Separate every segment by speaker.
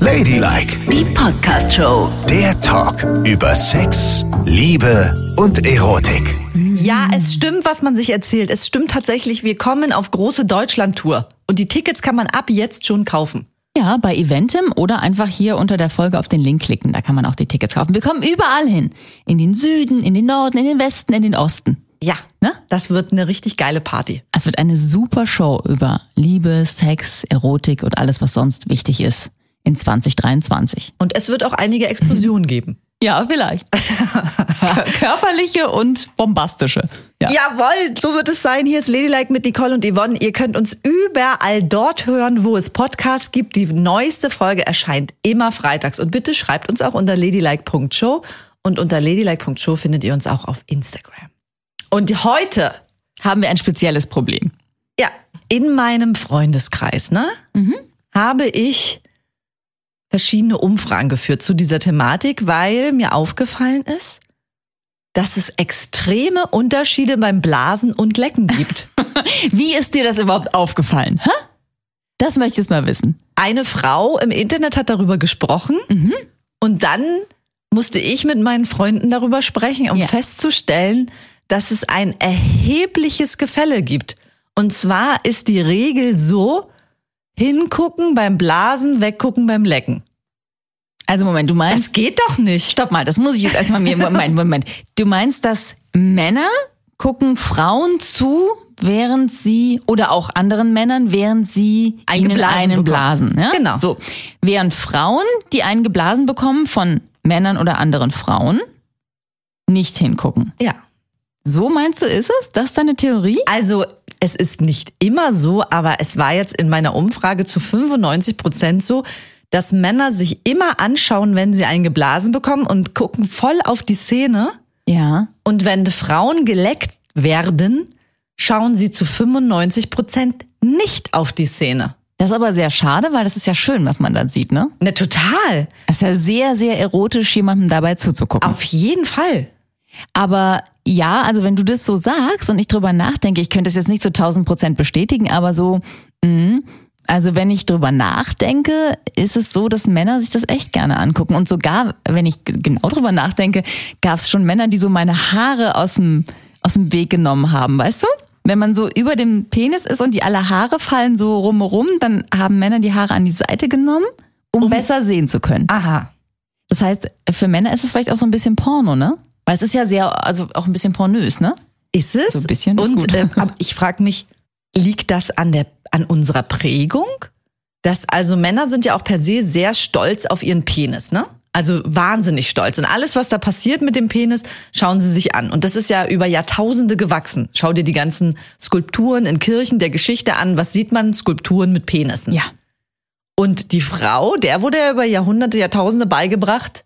Speaker 1: Ladylike,
Speaker 2: Die Podcast Show.
Speaker 1: der Talk über Sex, Liebe und Erotik.
Speaker 3: Ja, es stimmt, was man sich erzählt. Es stimmt tatsächlich, wir kommen auf große Deutschland-Tour. Und die Tickets kann man ab jetzt schon kaufen.
Speaker 4: Ja, bei Eventim oder einfach hier unter der Folge auf den Link klicken. Da kann man auch die Tickets kaufen. Wir kommen überall hin. In den Süden, in den Norden, in den Westen, in den Osten.
Speaker 3: Ja,
Speaker 4: Ne?
Speaker 3: das wird eine richtig geile Party.
Speaker 4: Es wird eine super Show über Liebe, Sex, Erotik und alles, was sonst wichtig ist in 2023.
Speaker 3: Und es wird auch einige Explosionen geben.
Speaker 4: Ja, vielleicht. Kör- Körperliche und bombastische. Ja.
Speaker 3: Jawohl, so wird es sein. Hier ist Ladylike mit Nicole und Yvonne. Ihr könnt uns überall dort hören, wo es Podcasts gibt. Die neueste Folge erscheint immer freitags. Und bitte schreibt uns auch unter ladylike.show. Und unter ladylike.show findet ihr uns auch auf Instagram. Und heute
Speaker 4: Haben wir ein spezielles Problem.
Speaker 3: Ja, in meinem Freundeskreis, ne? Habe ich verschiedene Umfragen geführt zu dieser Thematik, weil mir aufgefallen ist, dass es extreme Unterschiede beim Blasen und Lecken gibt.
Speaker 4: Wie ist dir das überhaupt aufgefallen? Hä? Das möchte ich jetzt mal wissen.
Speaker 3: Eine Frau im Internet hat darüber gesprochen und dann musste ich mit meinen Freunden darüber sprechen, um
Speaker 4: Ja.
Speaker 3: festzustellen, dass es ein erhebliches Gefälle gibt. Und zwar ist die Regel so, hingucken beim Blasen, weggucken beim Lecken.
Speaker 4: Also Moment, du meinst.
Speaker 3: Das geht doch nicht.
Speaker 4: Stopp mal, das muss ich jetzt erstmal mir. Moment, Moment. Du meinst, dass Männer gucken Frauen zu, während sie oder auch anderen Männern, während sie
Speaker 3: Einen
Speaker 4: ihnen
Speaker 3: geblasen
Speaker 4: einen
Speaker 3: bekommen.
Speaker 4: blasen. Ja?
Speaker 3: Genau.
Speaker 4: So, während Frauen, die einen geblasen bekommen von Männern oder anderen Frauen, nicht hingucken.
Speaker 3: Ja.
Speaker 4: So meinst du, ist es? Das ist deine Theorie?
Speaker 3: Also, es ist nicht immer so, aber es war jetzt in meiner Umfrage zu 95 Prozent so, dass Männer sich immer anschauen, wenn sie einen geblasen bekommen und gucken voll auf die Szene.
Speaker 4: Ja.
Speaker 3: Und wenn Frauen geleckt werden, schauen sie zu 95 Prozent nicht auf die Szene.
Speaker 4: Das ist aber sehr schade, weil das ist ja schön, was man da sieht, ne?
Speaker 3: Ne, total.
Speaker 4: Es ist ja sehr, sehr erotisch, jemandem dabei zuzugucken.
Speaker 3: Auf jeden Fall.
Speaker 4: Aber ja, also wenn du das so sagst und ich drüber nachdenke, ich könnte es jetzt nicht zu 1000 Prozent bestätigen, aber so, mh, also wenn ich drüber nachdenke, ist es so, dass Männer sich das echt gerne angucken. Und sogar, wenn ich g- genau drüber nachdenke, gab es schon Männer, die so meine Haare aus dem, aus dem Weg genommen haben, weißt du? Wenn man so über dem Penis ist und die alle Haare fallen so rumrum, dann haben Männer die Haare an die Seite genommen, um besser sehen zu können.
Speaker 3: Aha.
Speaker 4: Das heißt, für Männer ist es vielleicht auch so ein bisschen Porno, ne? Weil es ist ja sehr, also auch ein bisschen pornös, ne?
Speaker 3: Ist es?
Speaker 4: So ein bisschen ist
Speaker 3: Und
Speaker 4: gut.
Speaker 3: ähm, aber ich frage mich, liegt das an der an unserer Prägung? Das also Männer sind ja auch per se sehr stolz auf ihren Penis, ne? Also wahnsinnig stolz und alles was da passiert mit dem Penis, schauen sie sich an und das ist ja über Jahrtausende gewachsen. Schau dir die ganzen Skulpturen in Kirchen der Geschichte an, was sieht man? Skulpturen mit Penissen. Und die Frau, der wurde ja über Jahrhunderte, Jahrtausende beigebracht,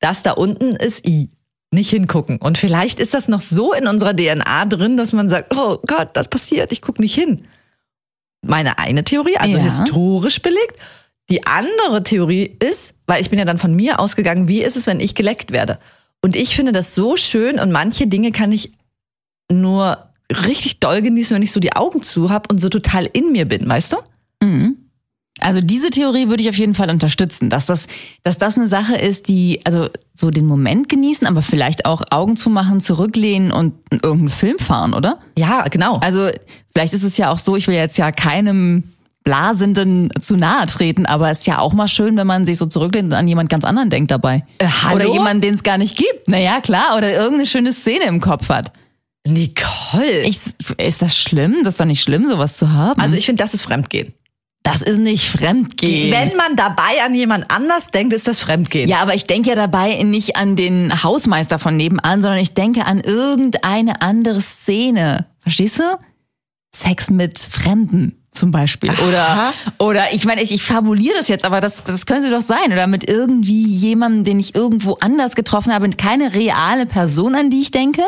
Speaker 3: das da unten ist I. Nicht hingucken. Und vielleicht ist das noch so in unserer DNA drin, dass man sagt, oh Gott, das passiert, ich gucke nicht hin. Meine eine Theorie, also
Speaker 4: Ja.
Speaker 3: historisch belegt. Die andere Theorie ist, weil ich bin ja dann von mir ausgegangen, wie ist es, wenn ich geleckt werde? Und ich finde das so schön und manche Dinge kann ich nur richtig doll genießen, wenn ich so die Augen zu habe und so total in mir bin, weißt du?
Speaker 4: Mhm. Also diese Theorie würde ich auf jeden Fall unterstützen, dass das, dass das eine Sache ist, die, also so den Moment genießen, aber vielleicht auch Augen zumachen, zurücklehnen und irgendeinen Film fahren, oder?
Speaker 3: Ja, genau.
Speaker 4: Also vielleicht ist es ja auch so, ich will jetzt ja keinem Blasenden zu nahe treten, aber es ist ja auch mal schön, wenn man sich so zurücklehnt und an jemand ganz anderen denkt dabei.
Speaker 3: Äh, hallo?
Speaker 4: Oder jemanden, den es gar nicht gibt. Naja, klar. Oder irgendeine schöne Szene im Kopf hat.
Speaker 3: Nicole.
Speaker 4: Ich, Mhm. ist das schlimm? Das ist doch nicht schlimm, sowas zu haben.
Speaker 3: also ich finde, das ist Fremdgehen.
Speaker 4: das ist nicht Fremdgehen.
Speaker 3: Wenn man dabei an jemand anders denkt, ist das Fremdgehen.
Speaker 4: ja, aber ich denke ja dabei nicht an den Hausmeister von nebenan, sondern ich denke an irgendeine andere Szene. Verstehst du? Sex mit Fremden zum Beispiel. Oder, oder ich meine, ich, ich fabuliere das jetzt, aber das, das könnte doch sein. Oder mit irgendwie jemandem, den ich irgendwo anders getroffen habe. Keine reale Person, an die ich denke,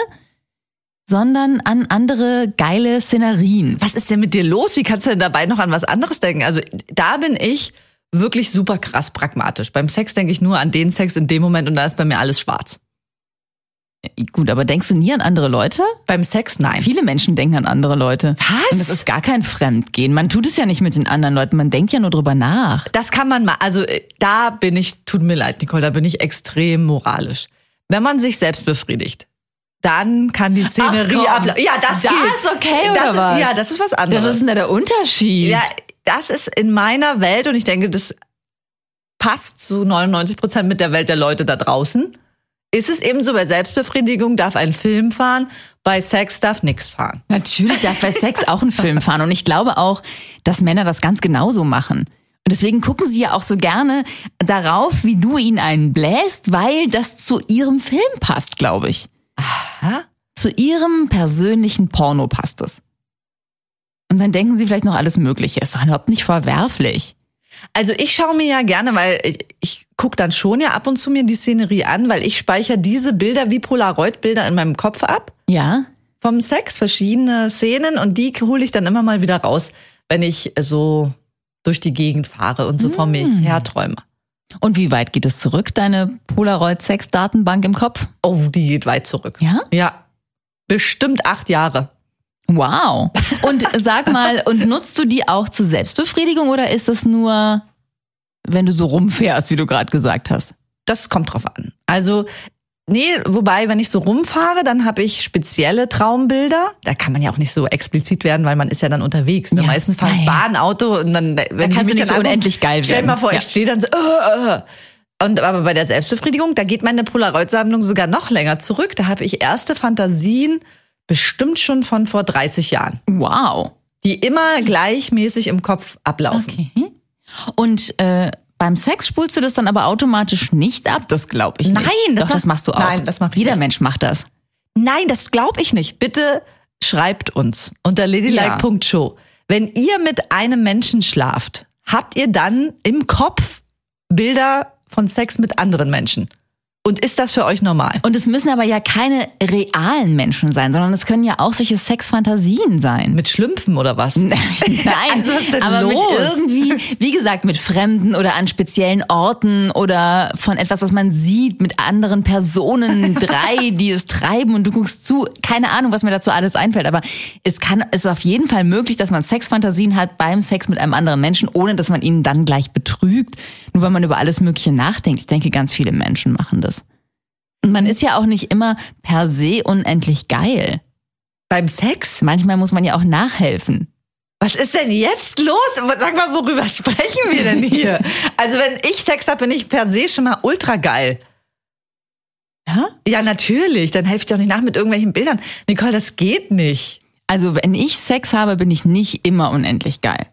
Speaker 4: sondern an andere geile Szenerien.
Speaker 3: Was ist denn mit dir los? Wie kannst du denn dabei noch an was anderes denken? Also da bin ich wirklich super krass pragmatisch. Beim Sex denke ich nur an den Sex in dem Moment und da ist bei mir alles schwarz.
Speaker 4: Gut, aber denkst du nie an andere Leute?
Speaker 3: Beim Sex nein.
Speaker 4: Viele Menschen denken an andere Leute.
Speaker 3: Was?
Speaker 4: Und das ist gar kein Fremdgehen. Man tut es ja nicht mit den anderen Leuten. Man denkt ja nur drüber nach.
Speaker 3: Das kann man mal, also äh, da bin ich, tut mir leid, Nicole, da bin ich extrem moralisch. Wenn man sich selbst befriedigt, dann kann die Szenerie
Speaker 4: komm.
Speaker 3: abla- Ja, das,
Speaker 4: Das
Speaker 3: geht.
Speaker 4: okay,
Speaker 3: das,
Speaker 4: oder was?
Speaker 3: Ja, das ist was
Speaker 4: Ja,
Speaker 3: anderes.
Speaker 4: was ist denn da der Unterschied?
Speaker 3: Ja, das ist in meiner Welt und ich denke, das passt zu 99 Prozent mit der Welt der Leute da draußen. Ist es eben so, bei Selbstbefriedigung darf ein Film fahren, bei Sex darf nichts fahren.
Speaker 4: Natürlich darf bei Sex auch ein Film fahren. Und ich glaube auch, dass Männer das ganz genauso machen. Und deswegen gucken sie ja auch so gerne darauf, wie du ihnen einen bläst, weil das zu ihrem Film passt, glaube ich.
Speaker 3: Aha.
Speaker 4: Zu ihrem persönlichen Porno passt es. Und dann denken sie vielleicht noch alles Mögliche. Ist doch überhaupt nicht verwerflich.
Speaker 3: Also ich schaue mir ja gerne, weil ich- ich gucke dann schon ja ab und zu mir die Szenerie an, weil ich speichere diese Bilder wie Polaroid-Bilder in meinem Kopf ab.
Speaker 4: Ja?
Speaker 3: vom Sex verschiedene Szenen und die hole ich dann immer mal wieder raus, wenn ich so durch die Gegend fahre und so vor mir herträume.
Speaker 4: Und wie weit geht es zurück, deine Polaroid-Sex-Datenbank im Kopf?
Speaker 3: Oh, die geht weit zurück.
Speaker 4: Ja?
Speaker 3: Ja. Bestimmt acht Jahre.
Speaker 4: Wow. Und sag mal, und nutzt du die auch zur Selbstbefriedigung oder ist das nur, wenn du so rumfährst, wie du gerade gesagt hast?
Speaker 3: Das kommt drauf an. Also, nee, wobei, wenn ich so rumfahre, dann habe ich spezielle Traumbilder. Da kann man ja auch nicht so explizit werden, weil man ist ja dann unterwegs. Ne?
Speaker 4: Ja,
Speaker 3: Meistens fahre ich
Speaker 4: nein.
Speaker 3: Bahn, Auto und dann, wenn die mich
Speaker 4: kannst du nicht
Speaker 3: dann
Speaker 4: so
Speaker 3: angucken,
Speaker 4: unendlich geil
Speaker 3: Stell dir
Speaker 4: werden.
Speaker 3: mal vor,
Speaker 4: Ja.
Speaker 3: ich stehe dann so. Äh, äh. Und aber bei der Selbstbefriedigung, da geht meine Polaroid-Sammlung sogar noch länger zurück. Da habe ich erste Fantasien bestimmt schon von vor 30 Jahren,
Speaker 4: Wow.
Speaker 3: die immer gleichmäßig im Kopf ablaufen.
Speaker 4: Hm. Okay. Hm? Und äh, beim Sex spulst du das dann aber automatisch nicht ab, das glaube ich nicht.
Speaker 3: Nein, das
Speaker 4: Doch, das
Speaker 3: mach-
Speaker 4: machst du auch.
Speaker 3: Nein, das mach ich
Speaker 4: Jeder
Speaker 3: nicht.
Speaker 4: Mensch macht das.
Speaker 3: Nein, das glaube ich nicht. Bitte schreibt uns unter ladylike.show. Wenn ihr mit einem Menschen schlaft, habt ihr dann im Kopf Bilder von Sex mit anderen Menschen? Und ist das für euch normal?
Speaker 4: Und es müssen aber ja keine realen Menschen sein, sondern es können ja auch solche Sexfantasien sein.
Speaker 3: Mit Schlümpfen oder was?
Speaker 4: Nein,
Speaker 3: Also, was ist denn
Speaker 4: aber
Speaker 3: los?
Speaker 4: mit irgendwie, wie gesagt, mit Fremden oder an speziellen Orten oder von etwas, was man sieht, mit anderen Personen, drei, die es treiben und du guckst zu. Keine Ahnung, was mir dazu alles einfällt, aber es kann, es ist auf jeden Fall möglich, dass man Sexfantasien hat beim Sex mit einem anderen Menschen, ohne dass man ihn dann gleich betrügt, nur weil man über alles Mögliche nachdenkt. Ich denke, ganz viele Menschen machen das. Und man ist ja auch nicht immer per se unendlich geil.
Speaker 3: Beim Sex?
Speaker 4: Manchmal muss man ja auch nachhelfen.
Speaker 3: Was ist denn jetzt los? Sag mal, worüber sprechen wir denn hier? Also, wenn ich Sex habe, bin ich per se schon mal ultra geil.
Speaker 4: Ja?
Speaker 3: Ja, natürlich. Dann helfe ich doch nicht nach mit irgendwelchen Bildern. Nicole, das geht nicht.
Speaker 4: Also wenn ich Sex habe, bin ich nicht immer unendlich geil.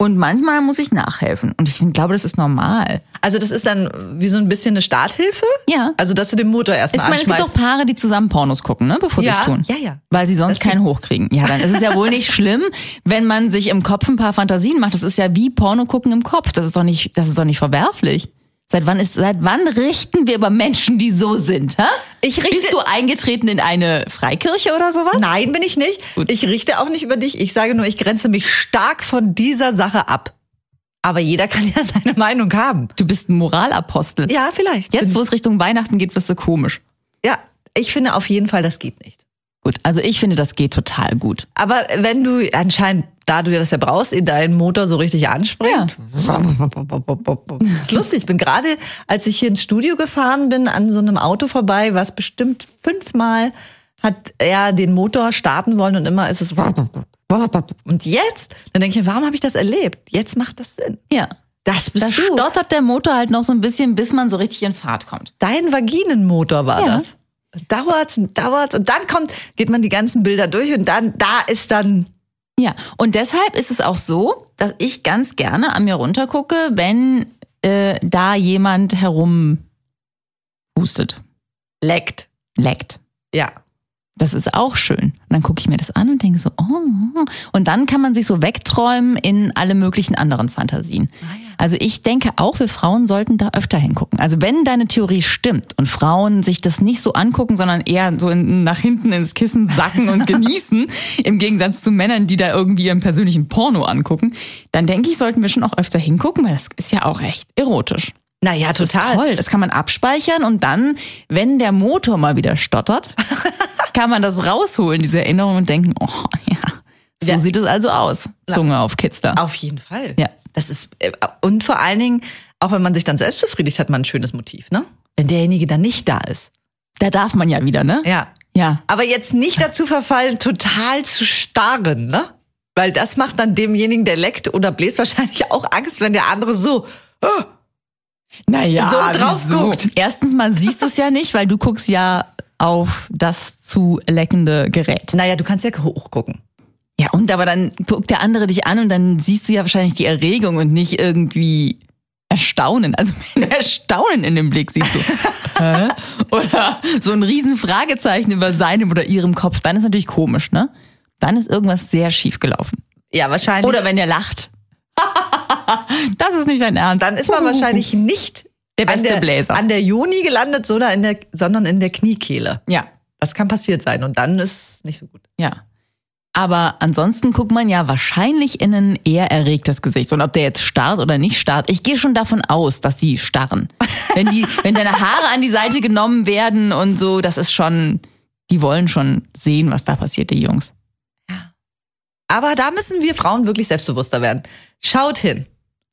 Speaker 4: Und manchmal muss ich nachhelfen. Und ich find- glaube, das ist normal.
Speaker 3: Also das ist dann wie so ein bisschen eine Starthilfe?
Speaker 4: Ja.
Speaker 3: Also dass du den Motor
Speaker 4: Ich
Speaker 3: erstmal
Speaker 4: meine, es gibt auch
Speaker 3: anschmeißt.
Speaker 4: Paare, die zusammen Pornos gucken, ne, bevor sie
Speaker 3: Ja,
Speaker 4: es tun.
Speaker 3: ja, ja.
Speaker 4: Weil sie sonst
Speaker 3: Das
Speaker 4: keinen hochkriegen. Ja, dann ist es ja wohl nicht schlimm, wenn man sich im Kopf ein paar Fantasien macht. Das ist ja wie Porno gucken im Kopf. Das ist doch nicht, das ist doch nicht verwerflich. Seit wann ist, seit wann richten wir über Menschen, die so sind, hä?
Speaker 3: Ich richte-
Speaker 4: Bist du eingetreten in eine Freikirche oder sowas?
Speaker 3: Nein, bin ich nicht.
Speaker 4: Gut.
Speaker 3: Ich richte auch nicht über dich. Ich sage nur, ich grenze mich stark von dieser Sache ab. Aber jeder kann ja seine Meinung haben.
Speaker 4: Du bist ein Moralapostel.
Speaker 3: Ja, vielleicht. Bin
Speaker 4: Jetzt,
Speaker 3: ich-
Speaker 4: wo es Richtung Weihnachten geht, wirst du komisch.
Speaker 3: ja, ich finde auf jeden Fall, das geht nicht.
Speaker 4: Gut, also ich finde, das geht total gut.
Speaker 3: Aber wenn du anscheinend, da du das ja brauchst, in deinen Motor so richtig anspringt. Ist lustig. Ich bin gerade, als ich hier ins Studio gefahren bin, an so einem Auto vorbei, was bestimmt fünfmal hat er den Motor starten wollen und immer ist es. Und jetzt, dann denke ich, mir, warum habe ich das erlebt? Jetzt macht das Sinn.
Speaker 4: Ja.
Speaker 3: Das
Speaker 4: Da
Speaker 3: bist du.
Speaker 4: stottert der Motor halt noch so ein bisschen, bis man so richtig in Fahrt kommt.
Speaker 3: Dein Vaginenmotor war
Speaker 4: Ja.
Speaker 3: das. Dauert's und dauert's und dann kommt, geht man die ganzen Bilder durch und dann, da ist dann
Speaker 4: Ja. Und deshalb ist es auch so, dass ich ganz gerne an mir runtergucke, wenn äh, da jemand herum hustet,
Speaker 3: leckt.
Speaker 4: leckt.
Speaker 3: Ja.
Speaker 4: Das ist auch schön. Und dann gucke ich mir das an und denke so, oh. Und dann kann man sich so wegträumen in alle möglichen anderen Fantasien. Also ich denke auch, wir Frauen sollten da öfter hingucken. Also wenn deine Theorie stimmt und Frauen sich das nicht so angucken, sondern eher so in, nach hinten ins Kissen sacken und genießen, im Gegensatz zu Männern, die da irgendwie ihren persönlichen Porno angucken, dann denke ich, sollten wir schon auch öfter hingucken, weil das ist ja auch echt erotisch.
Speaker 3: Naja,
Speaker 4: Das ist
Speaker 3: total.
Speaker 4: toll. Das kann man abspeichern und dann, wenn der Motor mal wieder stottert, kann man das rausholen, diese Erinnerung und denken, oh ja, so
Speaker 3: Ja.
Speaker 4: sieht es also aus. Zunge auf Kitzler.
Speaker 3: Auf jeden Fall.
Speaker 4: Ja.
Speaker 3: Das ist, äh, und vor allen Dingen, auch wenn man sich dann selbst befriedigt, hat man ein schönes Motiv, ne? Wenn derjenige dann nicht da ist.
Speaker 4: Da darf man ja wieder, ne?
Speaker 3: Ja.
Speaker 4: Ja.
Speaker 3: Aber jetzt nicht dazu verfallen, total zu starren, ne? Weil das macht dann demjenigen, der leckt oder bläst, wahrscheinlich auch Angst, wenn der andere so,
Speaker 4: Naja,
Speaker 3: So drauf guckt.
Speaker 4: Erstens mal siehst du es ja nicht, weil du guckst ja auf das zu leckende Gerät.
Speaker 3: naja, du kannst ja hochgucken.
Speaker 4: Ja, und aber dann guckt der andere dich an und dann siehst du ja wahrscheinlich die Erregung und nicht irgendwie Erstaunen. Also wenn du Erstaunen in dem Blick siehst, so, hä? oder so ein riesen Fragezeichen über seinem oder ihrem Kopf, dann ist natürlich komisch, ne? Dann ist irgendwas sehr schief gelaufen.
Speaker 3: Ja, wahrscheinlich.
Speaker 4: Oder wenn er lacht. das ist nicht dein Ernst.
Speaker 3: dann ist man wahrscheinlich nicht
Speaker 4: Der beste
Speaker 3: an der,
Speaker 4: Bläser.
Speaker 3: an der Juni gelandet, sondern in der, sondern in der Kniekehle.
Speaker 4: Ja,
Speaker 3: Das kann passiert sein und dann ist nicht so gut.
Speaker 4: Ja. Aber ansonsten guckt man ja wahrscheinlich in ein eher erregtes Gesicht. Und ob der jetzt starrt oder nicht starrt, ich gehe schon davon aus, dass die starren. Wenn, die, wenn deine Haare an die Seite genommen werden und so, das ist schon, die wollen schon sehen, was da passiert, die Jungs.
Speaker 3: Aber da müssen wir Frauen wirklich selbstbewusster werden. Schaut hin.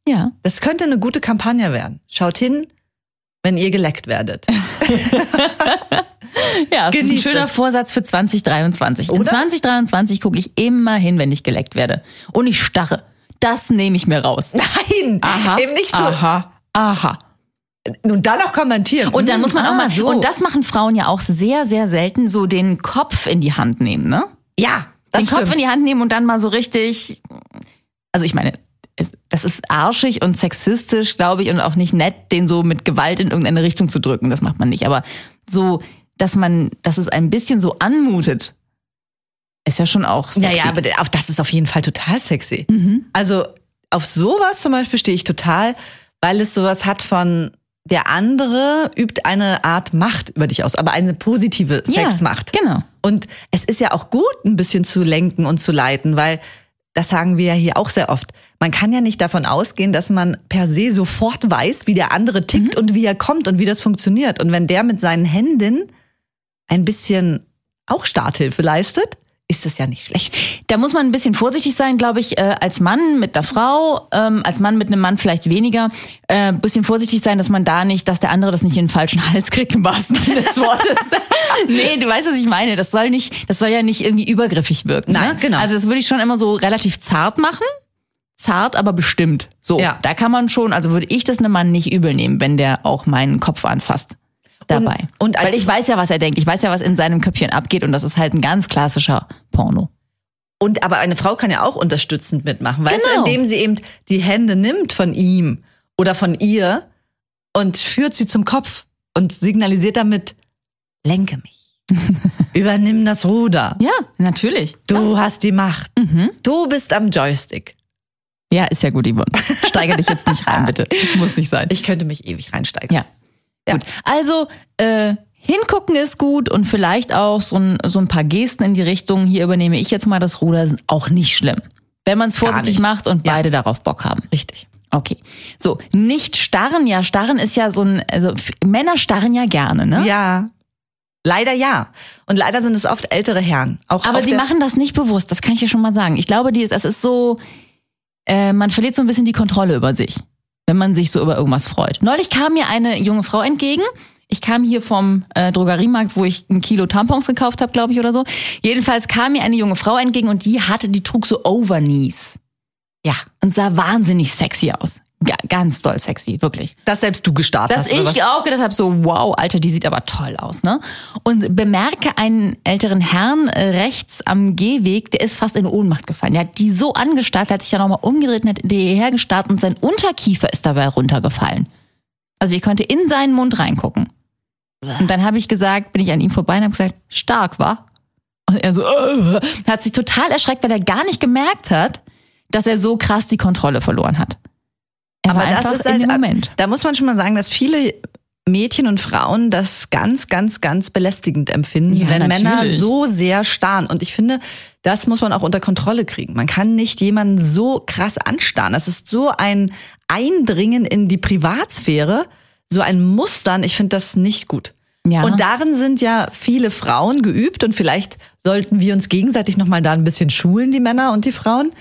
Speaker 4: Ja.
Speaker 3: Das könnte eine gute Kampagne werden. Schaut hin, wenn ihr geleckt werdet.
Speaker 4: Ja, das ist ein
Speaker 3: Genießt
Speaker 4: schöner
Speaker 3: es.
Speaker 4: Vorsatz für 2023. In
Speaker 3: Oder?
Speaker 4: 2023 gucke ich immer hin, wenn ich geleckt werde. Und ich starre. Das nehme ich mir raus.
Speaker 3: Nein,
Speaker 4: Aha.
Speaker 3: eben nicht so.
Speaker 4: Aha. Aha.
Speaker 3: Nun dann auch kommentieren.
Speaker 4: Und dann
Speaker 3: Hm,
Speaker 4: muss man auch
Speaker 3: ah,
Speaker 4: mal,
Speaker 3: so.
Speaker 4: und das machen Frauen ja auch sehr, sehr selten, so den Kopf in die Hand nehmen, ne?
Speaker 3: ja, das
Speaker 4: den
Speaker 3: stimmt.
Speaker 4: Kopf in die Hand nehmen und dann mal so richtig, also ich meine, es- das ist arschig und sexistisch, glaube ich, und auch nicht nett, den so mit Gewalt in irgendeine Richtung zu drücken. Das macht man nicht. Aber so, dass man, dass es ein bisschen so anmutet, ist ja schon auch sexy. Mhm.
Speaker 3: Naja, aber der- auf das ist auf jeden Fall total sexy. Also auf sowas zum Beispiel stehe ich total, weil es sowas hat von der andere übt eine Art Macht über dich aus, aber eine positive
Speaker 4: Ja,
Speaker 3: Sexmacht.
Speaker 4: Genau.
Speaker 3: Und es ist ja auch gut, ein bisschen zu lenken und zu leiten, weil das sagen wir ja hier auch sehr oft. Man kann ja nicht davon ausgehen, dass man per se sofort weiß, wie der andere tickt und wie er kommt und wie das funktioniert. Und wenn der mit seinen Händen ein bisschen auch Starthilfe leistet, ist das ja nicht schlecht.
Speaker 4: Da muss man ein bisschen vorsichtig sein, glaube ich, äh, als Mann mit einer Frau, ähm, als Mann mit einem Mann vielleicht weniger. Äh, ein bisschen vorsichtig sein, dass man da nicht, dass der andere das nicht in den falschen Hals kriegt, im wahrsten Sinne des Wortes. nee, du weißt, was ich meine. Das soll nicht, das soll ja nicht irgendwie übergriffig wirken.
Speaker 3: Nein,
Speaker 4: ne?
Speaker 3: genau.
Speaker 4: Also das würde ich schon immer so relativ zart machen. Zart, aber bestimmt. So,
Speaker 3: Ja.
Speaker 4: da kann man schon, also würde ich das einem Mann nicht übel nehmen, wenn der auch meinen Kopf anfasst. Dabei.
Speaker 3: und als-
Speaker 4: Weil ich weiß ja, was er denkt. Ich weiß ja, was in seinem Köpfchen abgeht und das ist halt ein ganz klassischer Porno.
Speaker 3: Und aber eine Frau kann ja auch unterstützend mitmachen, weißt
Speaker 4: Genau.
Speaker 3: du, indem sie eben die Hände nimmt von ihm oder von ihr und führt sie zum Kopf und signalisiert damit, lenke mich. Übernimm das Ruder.
Speaker 4: Ja, natürlich.
Speaker 3: Du hast die Macht.
Speaker 4: Mhm.
Speaker 3: Du bist am Joystick.
Speaker 4: Ja, ist ja gut, Yvonne. Steiger dich jetzt nicht rein, bitte. Das muss nicht sein.
Speaker 3: Ich könnte mich ewig reinsteigen.
Speaker 4: Ja.
Speaker 3: Ja.
Speaker 4: Gut. Also, äh, hingucken ist gut und vielleicht auch so ein, so ein paar Gesten in die Richtung, hier übernehme ich jetzt mal das Ruder, sind auch nicht schlimm. Wenn man es vorsichtig
Speaker 3: nicht.
Speaker 4: macht und
Speaker 3: Ja.
Speaker 4: beide darauf Bock haben.
Speaker 3: Richtig.
Speaker 4: Okay. So, nicht starren, ja, starren ist ja so ein, also f- Männer starren ja gerne, ne?
Speaker 3: Ja. Leider ja. Und leider sind es oft ältere Herren. Auch
Speaker 4: Aber
Speaker 3: auf
Speaker 4: sie
Speaker 3: der-
Speaker 4: machen das nicht bewusst, das kann ich ja schon mal sagen. Ich glaube, die, das ist so, äh, man verliert so ein bisschen die Kontrolle über sich, wenn man sich so über irgendwas freut. Neulich kam mir eine junge Frau entgegen. Ich kam hier vom äh, Drogeriemarkt, wo ich ein Kilo Tampons gekauft habe, glaube ich, oder so. Jedenfalls kam mir eine junge Frau entgegen und die hatte, die trug so Overknees
Speaker 3: Ja.
Speaker 4: und sah wahnsinnig sexy aus. Ga ganz doll sexy, wirklich.
Speaker 3: Dass selbst du gestartet
Speaker 4: Dass
Speaker 3: hast. oder
Speaker 4: ich auch gedacht habe, so, wow, Alter, die sieht aber toll aus, ne? Und bemerke einen älteren Herrn äh, rechts am Gehweg, der ist fast in Ohnmacht gefallen. Der hat die so angestarrt, der hat sich ja nochmal umgedreht und hat in die hergestarrt und sein Unterkiefer ist dabei runtergefallen. Also ich konnte in seinen Mund reingucken. Und dann habe ich gesagt, bin ich an ihm vorbei und habe gesagt, stark, wa? Und er so, äh, hat sich total erschreckt, weil er gar nicht gemerkt hat, dass er so krass die Kontrolle verloren hat. Er war einfach in
Speaker 3: halt
Speaker 4: dem Moment.
Speaker 3: Da muss man schon mal sagen, dass viele Mädchen und Frauen das ganz, ganz, ganz belästigend empfinden,
Speaker 4: Ja,
Speaker 3: wenn
Speaker 4: natürlich.
Speaker 3: Männer so sehr starren. Und ich finde, das muss man auch unter Kontrolle kriegen. Man kann nicht jemanden so krass anstarren. Das ist so ein Eindringen in die Privatsphäre, so ein Mustern, ich finde das nicht gut.
Speaker 4: Ja.
Speaker 3: Und darin sind ja viele Frauen geübt und vielleicht sollten wir uns gegenseitig nochmal da ein bisschen schulen, die Männer und die Frauen.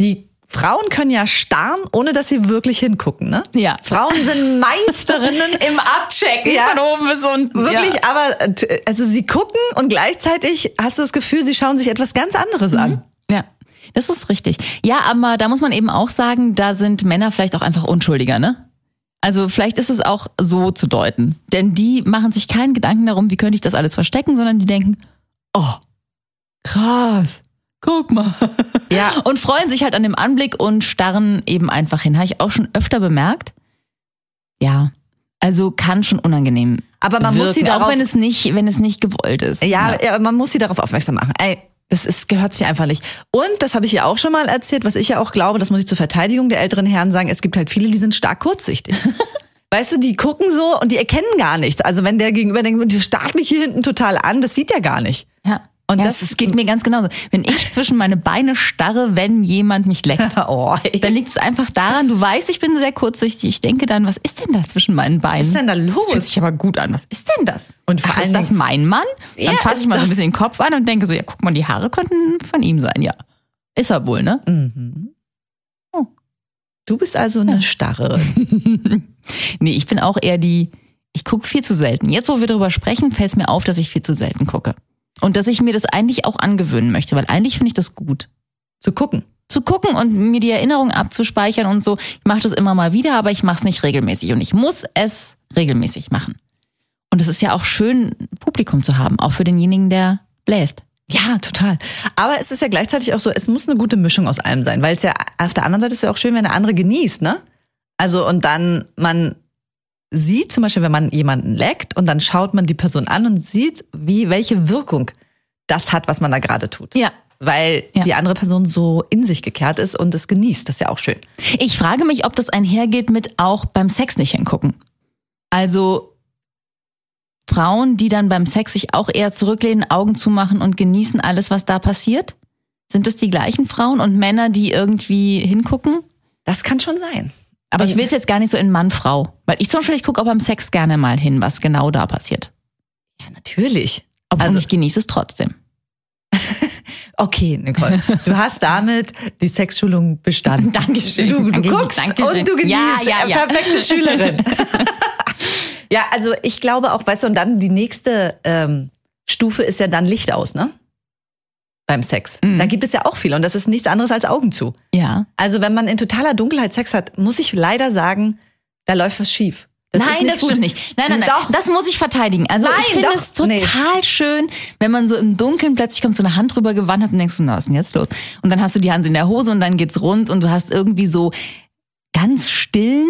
Speaker 3: Die Frauen können ja starren, ohne dass sie wirklich hingucken, ne?
Speaker 4: Ja.
Speaker 3: Frauen sind Meisterinnen
Speaker 4: Im Abchecken
Speaker 3: Ja.
Speaker 4: von oben bis unten.
Speaker 3: Wirklich,
Speaker 4: Ja.
Speaker 3: aber äh, t- also sie gucken und gleichzeitig hast du das Gefühl, sie schauen sich etwas ganz anderes an.
Speaker 4: Ja, das ist richtig. Ja, aber da muss man eben auch sagen, da sind Männer vielleicht auch einfach unschuldiger, ne? Also vielleicht ist es auch so zu deuten. Denn die machen sich keinen Gedanken darum, wie könnte ich das alles verstecken, sondern die denken, oh, krass, guck mal.
Speaker 3: Ja.
Speaker 4: Und freuen sich halt an dem Anblick und starren eben einfach hin. Habe ich auch schon öfter bemerkt. Ja, also kann schon unangenehm.
Speaker 3: Aber man muss
Speaker 4: wirken,
Speaker 3: sie darauf-
Speaker 4: auch wenn es nicht, wenn es nicht gewollt ist.
Speaker 3: Ja, ja. aber man muss sie darauf aufmerksam machen. Ey, das ist, gehört sich einfach nicht. Und das habe ich ja auch schon mal erzählt, was ich ja auch glaube, das muss ich zur Verteidigung der älteren Herren sagen, es gibt halt viele, die sind stark kurzsichtig. Weißt du, die gucken so und die erkennen gar nichts. Also wenn der gegenüber denkt, die starrt mich hier hinten total an, das sieht ja gar nicht.
Speaker 4: Ja.
Speaker 3: Und
Speaker 4: Und ja,
Speaker 3: das-
Speaker 4: das, geht mir ganz genauso. Wenn ich zwischen meine Beine starre, wenn jemand mich leckt,
Speaker 3: Oh, ey.
Speaker 4: dann liegt es einfach daran, du weißt, ich bin sehr kurzsichtig. Ich denke dann, was ist denn da zwischen meinen Beinen?
Speaker 3: ist denn da los?
Speaker 4: Das fühlt sich aber gut an. Was ist denn das?
Speaker 3: Und vor
Speaker 4: Ach,
Speaker 3: allen
Speaker 4: ist das
Speaker 3: Dingen-
Speaker 4: mein Mann? Dann
Speaker 3: Ja,
Speaker 4: fasse
Speaker 3: ist
Speaker 4: ich mal so
Speaker 3: das-
Speaker 4: ein bisschen den Kopf an und denke so, ja, guck mal, die Haare könnten von ihm sein, ja. Ist er wohl, ne?
Speaker 3: Mhm.
Speaker 4: Oh.
Speaker 3: Du bist also eine Starre.
Speaker 4: Nee, ich bin auch eher die, ich gucke viel zu selten. Jetzt, wo wir darüber sprechen, fällt es mir auf, dass ich viel zu selten gucke. Und dass ich mir das eigentlich auch angewöhnen möchte, weil eigentlich finde ich das gut.
Speaker 3: Zu gucken.
Speaker 4: zu gucken und mir die Erinnerung abzuspeichern und so. Ich mache das immer mal wieder, aber ich mache es nicht regelmäßig und ich muss es regelmäßig machen. Und es ist ja auch schön, Publikum zu haben, auch für denjenigen, der bläst.
Speaker 3: Ja, total. Aber es ist ja gleichzeitig auch so, es muss eine gute Mischung aus allem sein, weil es ja auf der anderen Seite ist ja auch schön, wenn der andere genießt, ne? Also und dann man sieht zum Beispiel, wenn man jemanden leckt und dann schaut man die Person an und sieht, wie welche Wirkung das hat, was man da gerade tut.
Speaker 4: Ja.
Speaker 3: Weil
Speaker 4: Ja.
Speaker 3: die andere Person so in sich gekehrt ist und es genießt. Das ist ja auch schön.
Speaker 4: Ich frage mich, ob das einhergeht mit auch beim Sex nicht hingucken. Also Frauen, die dann beim Sex sich auch eher zurücklehnen, Augen zumachen und genießen alles, was da passiert. Sind es die gleichen Frauen und Männer, die irgendwie hingucken?
Speaker 3: Das kann schon sein.
Speaker 4: Aber ich will es jetzt gar nicht so in Mann-Frau. Weil ich zum Beispiel, ich gucke auch beim Sex gerne mal hin, was genau da passiert.
Speaker 3: Ja, natürlich.
Speaker 4: Obwohl
Speaker 3: Also-
Speaker 4: ich genieße es trotzdem.
Speaker 3: Okay, Nicole, du hast damit die Sexschulung bestanden.
Speaker 4: Dankeschön.
Speaker 3: Du, du
Speaker 4: Dankeschön.
Speaker 3: guckst
Speaker 4: Dankeschön.
Speaker 3: und du genießt. Äh,
Speaker 4: Ja, ja, ja.
Speaker 3: Perfekte Schülerin. ja, also ich glaube auch, weißt du, und dann die nächste ähm, Stufe ist ja dann Licht aus, ne? Beim Sex.
Speaker 4: Mhm.
Speaker 3: Da gibt es ja auch viele und das ist nichts anderes als Augen zu.
Speaker 4: Ja.
Speaker 3: Also wenn man in totaler Dunkelheit Sex hat, muss ich leider sagen, da läuft was schief. Das ist
Speaker 4: nein,
Speaker 3: nicht
Speaker 4: das
Speaker 3: gut.
Speaker 4: stimmt nicht. Nein, nein, nein.
Speaker 3: Doch.
Speaker 4: Das muss ich verteidigen. Also
Speaker 3: Nein,
Speaker 4: ich finde
Speaker 3: doch
Speaker 4: es total schön, wenn man so im Dunkeln plötzlich kommt so eine Hand drüber gewandt hat und denkst du, na, was ist denn jetzt los? Und dann hast du die Hand in der Hose und dann geht's rund und du hast irgendwie so ganz stillen,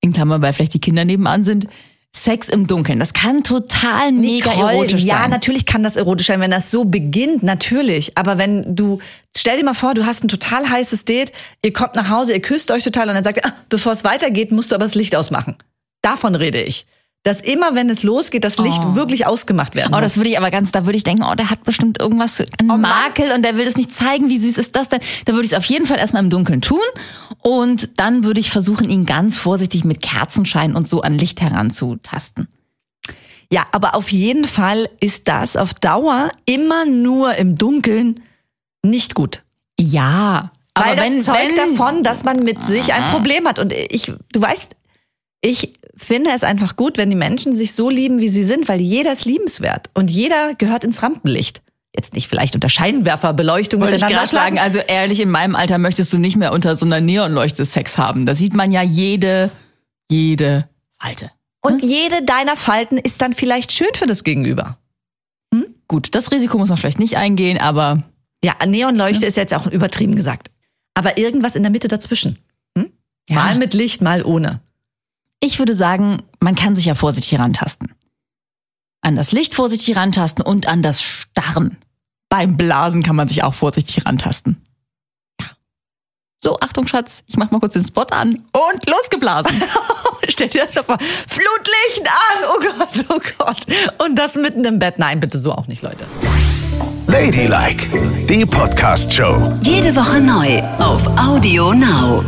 Speaker 4: in Klammern, weil vielleicht die Kinder nebenan sind, Sex im Dunkeln. Das kann total mega
Speaker 3: Nicole,
Speaker 4: erotisch
Speaker 3: ja,
Speaker 4: sein.
Speaker 3: natürlich kann das erotisch sein, wenn das so beginnt, natürlich. Aber wenn du, stell dir mal vor, du hast ein total heißes Date, ihr kommt nach Hause, ihr küsst euch total und dann sagt, ihr, ah, bevor es weitergeht, musst du aber das Licht ausmachen. Davon rede ich. Dass immer, wenn es losgeht, das Licht wirklich ausgemacht werden
Speaker 4: Oh,
Speaker 3: muss.
Speaker 4: das würde ich aber ganz, da würde ich denken, oh, der hat bestimmt irgendwas, einen
Speaker 3: Oh Mann.
Speaker 4: Makel und der will das nicht zeigen, wie süß ist das denn? Da würde ich es auf jeden Fall erstmal im Dunkeln tun und dann würde ich versuchen, ihn ganz vorsichtig mit Kerzenschein und so an Licht heranzutasten.
Speaker 3: Ja, aber auf jeden Fall ist das auf Dauer immer nur im Dunkeln nicht gut.
Speaker 4: Ja, aber
Speaker 3: Weil
Speaker 4: wenn,
Speaker 3: das zeugt
Speaker 4: wenn,
Speaker 3: davon, dass man mit sich ein Problem hat. Und ich, du weißt, ich finde es einfach gut, wenn die Menschen sich so lieben, wie sie sind, weil jeder ist liebenswert und jeder gehört ins Rampenlicht. Jetzt nicht vielleicht unter Scheinwerferbeleuchtung
Speaker 4: Wollte ich
Speaker 3: miteinander
Speaker 4: gerade sagen,
Speaker 3: schlagen.
Speaker 4: also ehrlich, in meinem Alter möchtest du nicht mehr unter so einer Neonleuchte Sex haben. Da sieht man ja jede, jede Falte.
Speaker 3: Und
Speaker 4: Hm?
Speaker 3: jede deiner Falten ist dann vielleicht schön für das Gegenüber.
Speaker 4: Gut, das Risiko muss man vielleicht nicht eingehen, aber
Speaker 3: Ja, Neonleuchte
Speaker 4: Hm?
Speaker 3: ist jetzt auch übertrieben gesagt. Aber irgendwas in der Mitte dazwischen.
Speaker 4: ja.
Speaker 3: Mal mit Licht, mal ohne.
Speaker 4: Ich würde sagen, man kann sich ja vorsichtig rantasten. An das Licht vorsichtig rantasten und an das Starren. Beim Blasen kann man sich auch vorsichtig rantasten. Ja. So, Achtung, Schatz, ich mach mal kurz den Spot an und losgeblasen.
Speaker 3: Stell dir das doch vor. Flutlicht an! Oh Gott, oh Gott. Und das mitten im Bett. Nein, bitte so auch nicht, Leute.
Speaker 1: Ladylike, die Podcast-Show.
Speaker 2: Jede Woche neu auf Audio Now.